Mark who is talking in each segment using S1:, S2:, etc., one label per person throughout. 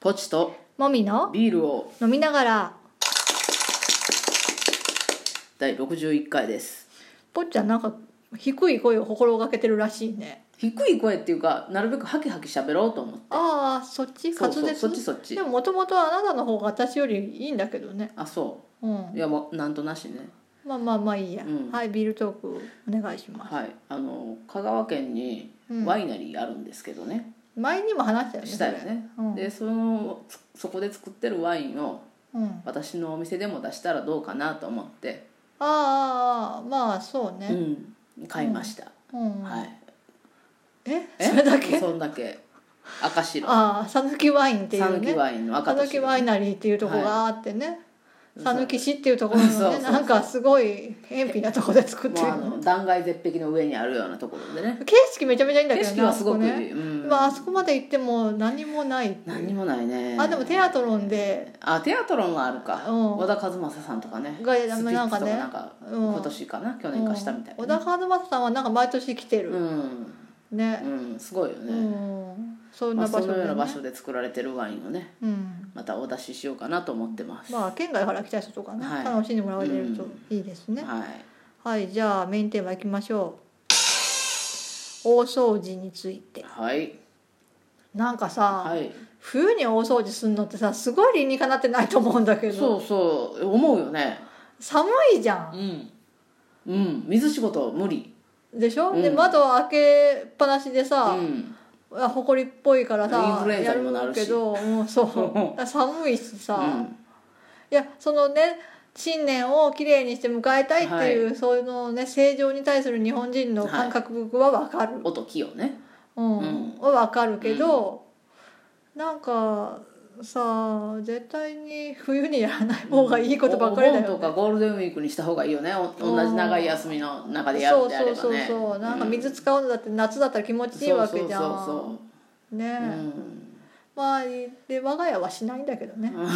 S1: ポチと
S2: もみの
S1: ビールを
S2: 飲みながら
S1: 第61回です
S2: ぽっちゃんなんか低い声を心がけてるらしいね
S1: 低い声っていうかなるべくハキハキ喋ろうと思って
S2: ああそっち
S1: そう
S2: 滑
S1: そ
S2: 舌
S1: うそっちそっち
S2: でももともとあなたの方が私よりいいんだけどね
S1: あそ
S2: うん
S1: ういやもうなんとなしね
S2: まあまあまあいいや、
S1: うん
S2: はいビールトークお願いします、
S1: はいあの香川県に
S2: うん
S1: ワイナリーあるんですけどね、
S2: 前にも話したよね
S1: したよね、
S2: それうん
S1: でそのつそこで作ってるワインを
S2: うん、あ
S1: 私のお店でも出したらどうかなと思って、
S2: あああまあそう
S1: う
S2: ね、
S1: ん買いました、
S2: うん
S1: はい
S2: え
S1: え
S2: それだ け
S1: そんだけ赤白
S2: ああ讃岐ワインってい
S1: サ
S2: う
S1: ヌキ
S2: ね
S1: ワインの赤と
S2: 讃岐ワ
S1: 白
S2: イナリーっていうとこがあってね
S1: そう
S2: 讃岐市っていうところのね
S1: そうそうそう
S2: なんかすごい偏僻なとこで作って
S1: もう
S2: る
S1: あの断崖絶壁の上にあるようなところでね
S2: 景色めちゃめちゃいいんだけ
S1: 景
S2: ど
S1: 色
S2: ね
S1: はすごくい
S2: あそこね
S1: い、うん、
S2: まああそこまで行っても何もない
S1: 何もないね
S2: あでもテアトロンで
S1: あテアトロンはあるか、
S2: うん
S1: 小田和正さんとかね
S2: が
S1: スピッツ
S2: な
S1: と
S2: んか
S1: か
S2: ね
S1: なんか
S2: うん
S1: 今年かな、去年かしたみたい
S2: うん
S1: な、
S2: 小田和正さんはなんか毎年来て
S1: う
S2: る、
S1: ん、
S2: ね
S1: うん、すごいよ
S2: う
S1: ね、
S2: んそん
S1: ま
S2: な
S1: あ、
S2: 場
S1: その
S2: 所
S1: よ
S2: で、
S1: う
S2: ね
S1: な場所で作られてるワインをね
S2: うん
S1: またお出ししようかなと思ってます、
S2: まあ県外から来た人とかね、
S1: はい
S2: 楽しんでもらえるといいですね、
S1: はい
S2: はいじゃあメインテーマいきましょう大掃除について
S1: はい
S2: なんかさ、
S1: はい
S2: 冬に大掃除するのってさすごい理にかなってないと思うんだけ
S1: そ
S2: ど
S1: うそう思うよね
S2: 寒いじゃん
S1: うんうん水仕事無理
S2: でしょ、
S1: うん
S2: で窓開けっぱなしで
S1: う
S2: さ、
S1: ん
S2: あほこりっぽいからさ
S1: インフルエンザにもなるし
S2: やけどもうそ う寒いしさ、
S1: うん
S2: いやそのね新年をきれいにして迎えたいっていう、そういうのね正常に対する日本人の感覚はわかる、
S1: 音器をね
S2: うん
S1: うん
S2: はわかるけど、なんかさ絶対に冬にやらない方がいいことばっかりだよ、ね
S1: おお盆とかゴールデンウィークにした方がいいよねお同じ長い休みの中でやる
S2: そ
S1: ん
S2: う
S1: であ
S2: そ
S1: れ
S2: う
S1: ば
S2: そう
S1: ね
S2: そうなんか
S1: う
S2: 水使うのだって夏だったら気持ちいいわけじゃん
S1: そうそう
S2: ね
S1: そうそう、
S2: え、
S1: うん
S2: まあで我が家はしないんだけどね、
S1: うんま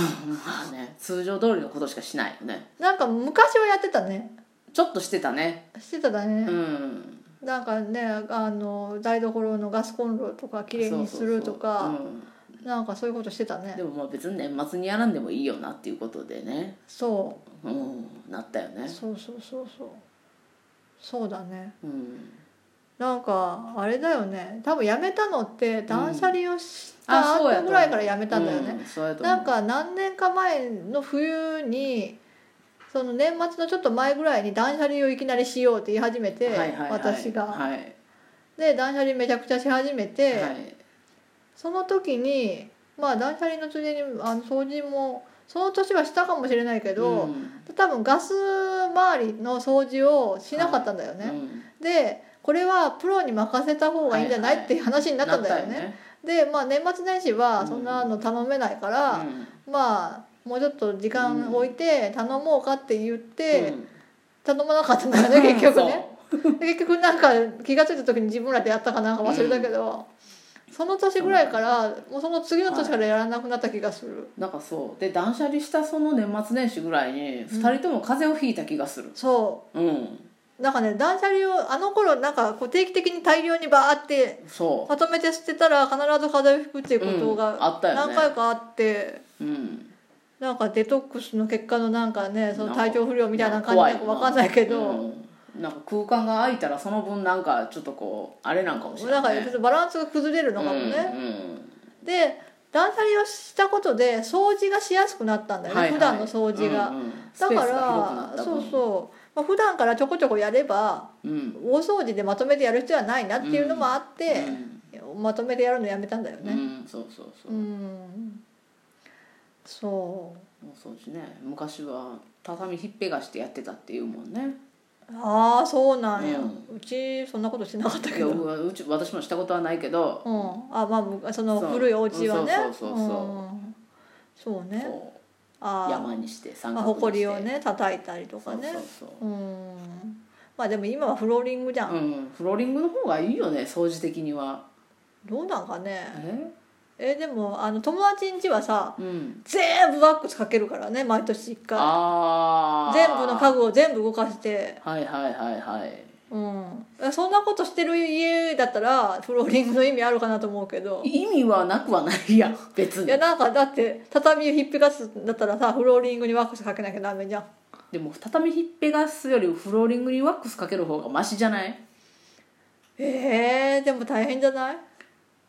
S1: あね通常通りのことしかしないよね
S2: なんか昔はやってたね
S1: ちょっとしてたね
S2: してただね
S1: う、ん
S2: なんかねあの台所のガスコンロとかきれいにする
S1: そ
S2: とか
S1: うそうそう
S2: なんかそういうことしてた
S1: うん
S2: ね
S1: でもまあ別に年末にやらんでもいいよなっていうことでね
S2: そ
S1: うんなったよ
S2: う
S1: ね
S2: そうそうそうそうそうだね
S1: うん
S2: なんかあれだよね多分やめたのって断捨離をし
S1: あ
S2: た
S1: そうやと
S2: 後
S1: 思う
S2: ぐらいからやめたんだよね、
S1: うんそうやと思う
S2: なんか何年か前の冬にその年末のちょっと前ぐらいに断捨離をいきなりしようって言い始めて、
S1: はいはいはい
S2: 私が、
S1: はい
S2: で断捨離めちゃくちゃし始めて、
S1: はい
S2: その時にまあ断捨離のついでにあの掃除もその年はしたかもしれないけど、
S1: うん
S2: 多分ガス周りの掃除をしなかったんだよね、
S1: うん
S2: でこれはプロに任せた方がいいんじゃな
S1: はい
S2: い、
S1: はい
S2: っていう話になったんだよね
S1: なった
S2: でまあ年末年始はそんなの頼めないから、
S1: うん
S2: まあもうちょっと時間置いて頼もうかって言って、
S1: うん
S2: 頼まなかったんだよね結局ね
S1: そ
S2: で結局なんか気が付いた時に自分らでやったかなんか忘れたけど、その年ぐらいからもうその次の年からやらなくなった気がする、
S1: うなんかそうで断捨離したその年末年始ぐらいに2人とも風邪をひいた気がする
S2: そ
S1: うん、
S2: うなんかね断捨離をあの頃なんかこう定期的に大量にバーって
S1: そ
S2: まとめて捨てたら必ず風邪をひくっていうこと
S1: うんあ
S2: が
S1: ったよね
S2: 何回かあって、
S1: ううん
S2: なんかデトックスの結果のなんかねそ
S1: な
S2: の
S1: んか
S2: 体調不良みたいな感じなんか分かんないけど。
S1: うんなんか空間が空いたらその分なんかちょっとこうあれなんかもしれな
S2: ないんか
S1: ね
S2: ちょっとバランスが崩れるのかもね、
S1: う
S2: で断捨離をしたことで掃除がしやすくなったんだよね、
S1: はいはい
S2: 普段の掃除が、
S1: んうんうん
S2: だ
S1: スペー
S2: か
S1: ス広くなっ
S2: ら
S1: た
S2: そ
S1: 分
S2: うそう、まあ、普段からちょこちょこやれば
S1: うん
S2: 大掃除でまとめてやる必要はないなっていうのもあって、まとめてやるのやめたんだよ
S1: うんう
S2: ね
S1: んそうそうそう
S2: うん、そう
S1: もうそうしね昔は畳ひっぺがしてやってたっていうもんね
S2: ああそうなんや、
S1: う
S2: うちそんなことしてなかった
S1: い
S2: け
S1: や
S2: ど
S1: うわうち私もしたことはないけど、
S2: うん、あまあむその
S1: そう
S2: 古いお家はね
S1: そうそうそうそう
S2: うんそうね
S1: こ
S2: あ
S1: う
S2: あ
S1: 山にして三
S2: まあ、
S1: 角
S2: ほ
S1: にして
S2: こりをね叩いたりと
S1: そ
S2: か
S1: う
S2: ね
S1: そう
S2: うーんまあでも今はフローリングじゃん、
S1: そううんフローリングの方がいいよね掃除的には
S2: どうなんかね
S1: え
S2: えでもあの友達ん家はさ
S1: うん
S2: 全部ワックスかけるからね毎年一回
S1: ああ
S2: 全部の家具を全部動かして
S1: はいはいはいはい
S2: うん、そんなことしてる家だったらフローリングの意味あるかなと思うけど
S1: 意味はなくはないやん別
S2: い
S1: に
S2: やなんかだって畳ひっぺがすんだったらさフローリングにワックスかけなきゃダメじゃん
S1: でも畳ひっぺがすよりフローリングにワックスかける方がマシじゃない
S2: えー、でも大変じゃない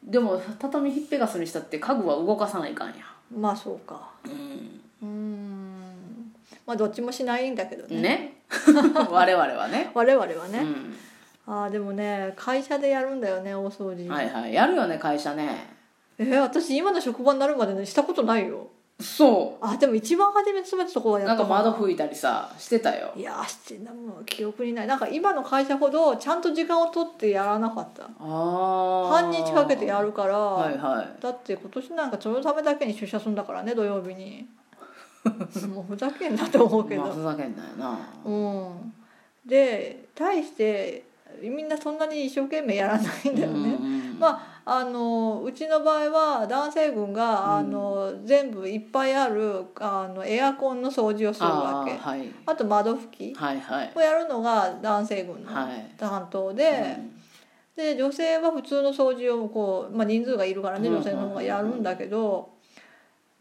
S1: でも畳ひっぺがすにしたって家具は動かさないかんや
S2: まあそうか
S1: うん
S2: うーんまあどっちもしないんだけどね
S1: ね我々はね
S2: 我々はね、
S1: うん
S2: ああでもね会社でやるんだよね大掃除、
S1: はいはいやるよね会社ね
S2: えー、私今の職場になるまでねしたことないよ
S1: そ
S2: あでも一番初めて勤めたとこは
S1: う
S2: や
S1: なん
S2: っ
S1: か
S2: た
S1: 窓拭いたりさしてたよ
S2: いやーしてんなもう記憶にないなんか今の会社ほどちゃんと時間を取ってやらなかった
S1: ああ
S2: 半日かけてやるから、
S1: はいはい
S2: だって今年なんかそのためだけに出社するんだからね土曜 日にもうふざけんなと思うけど、
S1: まあ、ふざけんなよな
S2: うんで対してみんなそんなに一生懸命やらないんだよね、
S1: うん
S2: まあのうちの場合は男性軍が、
S1: うん
S2: あの全部いっぱいあるあのエアコンの掃除をするわ
S1: あ
S2: け
S1: ー
S2: あ,、
S1: はい
S2: と窓拭き
S1: はいはい
S2: をやるのが男性軍の
S1: はい
S2: 担当で、で女性は普通の掃除をこう、まあ、人数がいるからね
S1: うん
S2: 女性の方がやるんだけど、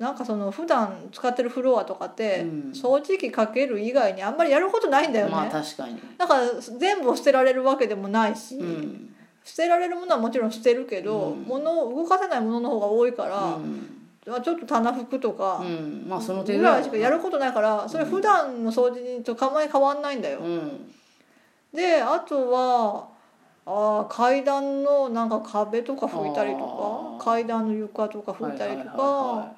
S2: なんかその普段使ってるフロアとかって、
S1: うん
S2: 掃除機かける以外にあんまりやることないんだよね。
S1: まあ確かに
S2: だから全部を捨てられるわけでもないし、
S1: うん
S2: 捨てられるものはもちろん捨てるけど、
S1: うん
S2: 物を動かせないものの方が多いか
S1: う
S2: ら、
S1: ん
S2: まあちょっと棚服と
S1: う
S2: か
S1: んまあその程度
S2: ぐらいしかやることないから、それ普段の掃除と構え変わんないんだよ。
S1: うん
S2: であとはあー階段のなんか壁とか拭いたりと
S1: あー
S2: か階段の床とか拭いたり
S1: はいはい
S2: と
S1: はい
S2: か
S1: は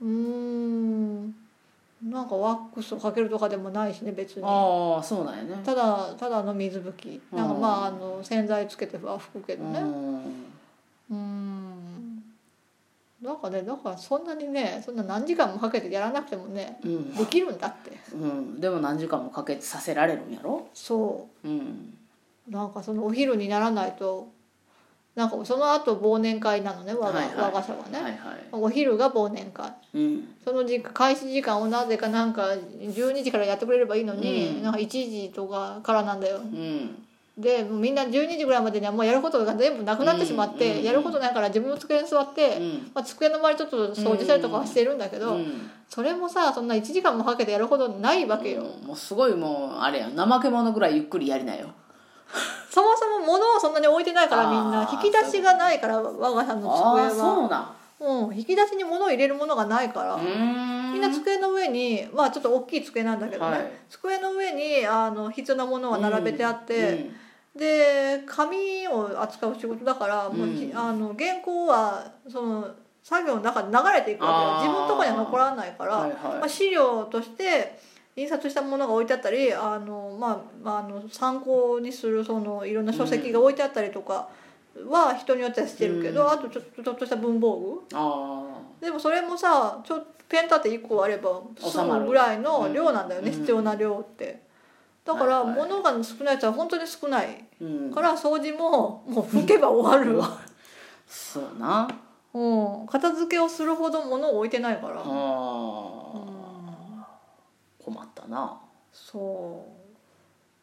S2: うーんなんかワックスをかけるとかでもないしね別
S1: い
S2: に。
S1: ああそうなんやね
S2: ただただの水拭きなんか
S1: うん
S2: まああの洗剤つけては拭くけどね
S1: うん
S2: うんなんかねだからそんなにねそんな何時間もかけてやらなくてもね
S1: うん
S2: できるんだって
S1: うんでも何時間もかけてさせられるんやろ
S2: そ
S1: うん
S2: うなんかそのお昼にならないとなんかその後忘年会なのね我が,、
S1: はいはい
S2: 我が社はね、
S1: はいはい
S2: お昼が忘年会
S1: うん
S2: その時間開始時間をなぜかなんか12時からやってくれればいいのに、
S1: うん
S2: なんか1時とかからなんだよ
S1: うん
S2: でもうみんな12時ぐらいまでにはもうやることが全部なくなってしまって、
S1: うんうんうん
S2: やることないから自分の机に座って、
S1: うん
S2: まあ、机の周りちょっと掃除したりとかはしてるんだけど、
S1: うん
S2: それもさそんな1時間もかけてやるほどないわけよ、
S1: うんもうすごいもうあれやん怠け者ぐらいゆっくりやりなよ
S2: そもそも物をそんなに置いてないからみん
S1: あ
S2: な
S1: ー
S2: 引き出しがないから我が社の
S1: ああ
S2: 机は
S1: そうなん
S2: う、ん、引き出しに物を入れるものがないから、
S1: うーん
S2: みんな机の上にまあちょっと大きい机なんだけどね、
S1: はい
S2: 机の上にあの必要なものは並べてあって、
S1: うん
S2: で紙を扱う仕事だからもうひ、
S1: うん
S2: あの原稿はその作業の中で流れていくわ
S1: あー
S2: けよ自分のとこには残らないから、
S1: はいはい
S2: まあ、資料として印刷したものが置いてあったりあの、まあまあ、あの参考にするそのいろんな書籍が置いてあったりとかは人によってはしてるけど、
S1: うん
S2: あとちょっとちょっとした文房具
S1: あ
S2: でもそれもさちょペン立て1個あれば済
S1: 収ま
S2: む
S1: る
S2: ぐらいの量なんだよね、
S1: うん
S2: 必要な量って。だから
S1: はいはい
S2: 物が少ないやつは本当に少ない
S1: あうん
S2: から掃除ももう拭けば終わるわ、
S1: そうなあ
S2: うん、片付けをするほど物を置いてないから、う
S1: あ
S2: ん、
S1: 困ったな
S2: そ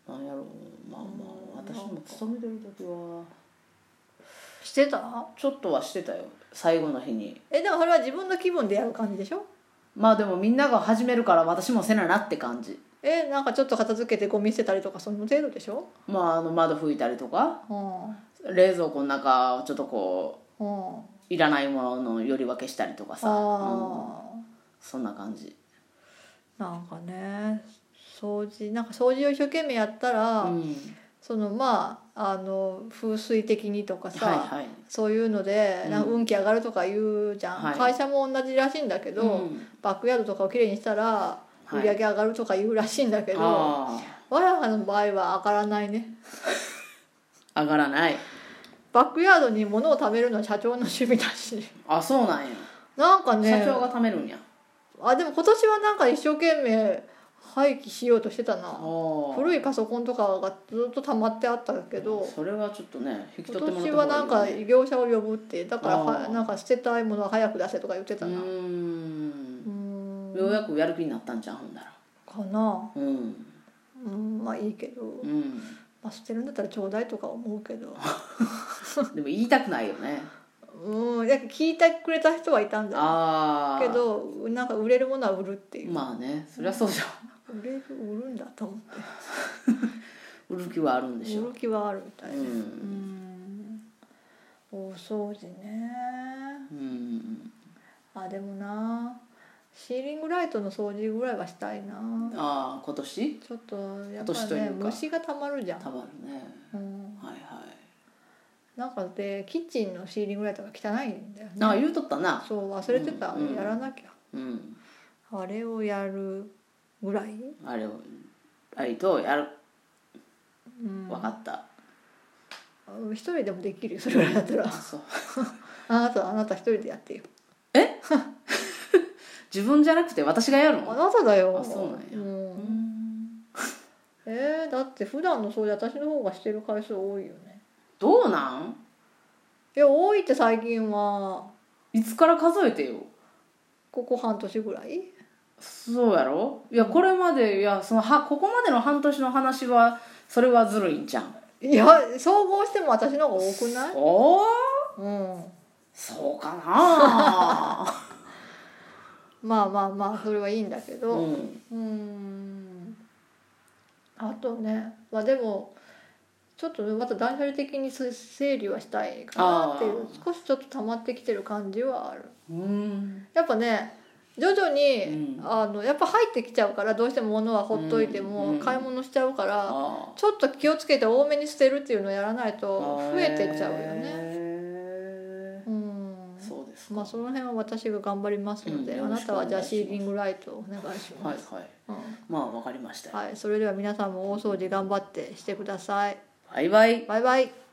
S1: なんやろうまあまあ私も勤めてる時は
S2: うしてた
S1: ちょっとはしてたよ最後の日に
S2: えでもそれは自分の気分でやる感じでしょ
S1: まあでもみんなが始めるから私もせななって感じ
S2: えなんかちょっと片付けてゴミ捨てたりとかその程度でしょ
S1: まああの窓拭いたりとか
S2: うん
S1: 冷蔵庫の中をちょっとこ
S2: うん
S1: ういらないもののより分けしたりとかさ、うん
S2: あ
S1: そんな感じ
S2: ーなんかね掃除なんか掃除を一生懸命やったら、
S1: うん
S2: そのまああの風水的にとかさ、
S1: はいはい
S2: そういうのでなんか運気上がるとか言うじゃん、
S1: はい
S2: 会社も同じらしいんだけど、
S1: うん
S2: バックヤードとかをきれいにしたら
S1: はい
S2: 売り上げ上がるとか言うらしいんだけど、
S1: あ
S2: 我が家の場合は上がらないね
S1: あ上がらない
S2: バックヤードに物を貯めるのは社長の趣味だし
S1: あそうなんや、
S2: なんかね
S1: 社長が貯めるんや
S2: あでも今年はなんか一生懸命廃棄しようとしてた
S1: あ
S2: な
S1: あ
S2: 古いパソコンとかがずっと溜まってあったけど
S1: それはちょっとね引き
S2: 今
S1: 取ってもらっ
S2: 年
S1: た
S2: はなんか
S1: いいよね
S2: 業者を呼ぶってだから
S1: あ
S2: は
S1: ー
S2: なんか捨てたいものは早く出せとか言ってたな
S1: う
S2: う
S1: ーん
S2: ーん
S1: ようやくやる気になったんじゃんほんなら
S2: かな
S1: うん
S2: うんまあいいけど
S1: うん
S2: まあ、捨てるんだったらちょうだいとか思うけど
S1: でも言いたくないよ ね
S2: うんなんか聞いてくれた人はいたんだよ
S1: ああ
S2: けどなんか売れるものは売るっていう、
S1: まあねそりゃそう じゃ
S2: 売れる売るんだと思って
S1: ん売る気はあるんでしょ
S2: 売る気はあるみたいで
S1: う
S2: うんんお掃除ね
S1: うん
S2: あでもなシーリングライトの掃除ぐらいはしたいな
S1: ああ今年
S2: ちょっとや
S1: 今
S2: っ
S1: 年
S2: ぱ
S1: とい
S2: ね
S1: うか
S2: 虫がたまるじゃ
S1: た
S2: ん、
S1: まるね
S2: うん、
S1: はいはい
S2: なんかでキッチンのシーリングライトが汚いんだよ
S1: なんか
S2: ね
S1: 言うとったな
S2: そう忘れてた、
S1: うんうん
S2: やらなきゃ
S1: うん
S2: あれをやるぐらい、
S1: あれをあれとやる
S2: うん、
S1: 分かった
S2: 一人でもできるよそれぐらいだったら
S1: そう
S2: あなたあなた一人でやってよ
S1: 自分じゃなくて私がやる
S2: あ
S1: の
S2: なただよ
S1: あそうなんや
S2: うん
S1: うん
S2: えー、だって普段の掃除私の方がしてる回数多いよね
S1: どうなん
S2: いや多いって最近はい
S1: つから数えてよ
S2: ここ半年ぐらい
S1: そうやろいやこれまでいやそのはここまでの半年の話はそれはずるいんじゃん
S2: いや総合しても私の方が多くない
S1: おお
S2: うん
S1: そうかな
S2: まあまあまあそれはいいんだけ
S1: う
S2: ど
S1: ん
S2: うーんあとねまあでもちょっとねまた断捨離的にせ整理はしたいかなっていう
S1: あ
S2: 少しちょっと溜まってきてる感じはある
S1: うん
S2: やっぱね徐々に、
S1: うん
S2: あのやっぱ入ってきちゃうからどうしても物はほっといても、
S1: うんうん
S2: 買い物しちゃうから、
S1: あ
S2: ちょっと気をつけて多めに捨てるっていうのをやらない
S1: あ
S2: と増えてっちゃうよね。
S1: ね
S2: うん
S1: そうですか
S2: まあその辺は私が頑張りますので、
S1: うん
S2: あなたはじゃあ
S1: よろし
S2: シ
S1: くお願いします
S2: ーリングライトをお願いしま
S1: はい
S2: す。
S1: はい
S2: うん
S1: まあわかりました
S2: はい、それでは皆さんも大掃除頑張ってしてください。
S1: バイバイ
S2: バイバイ。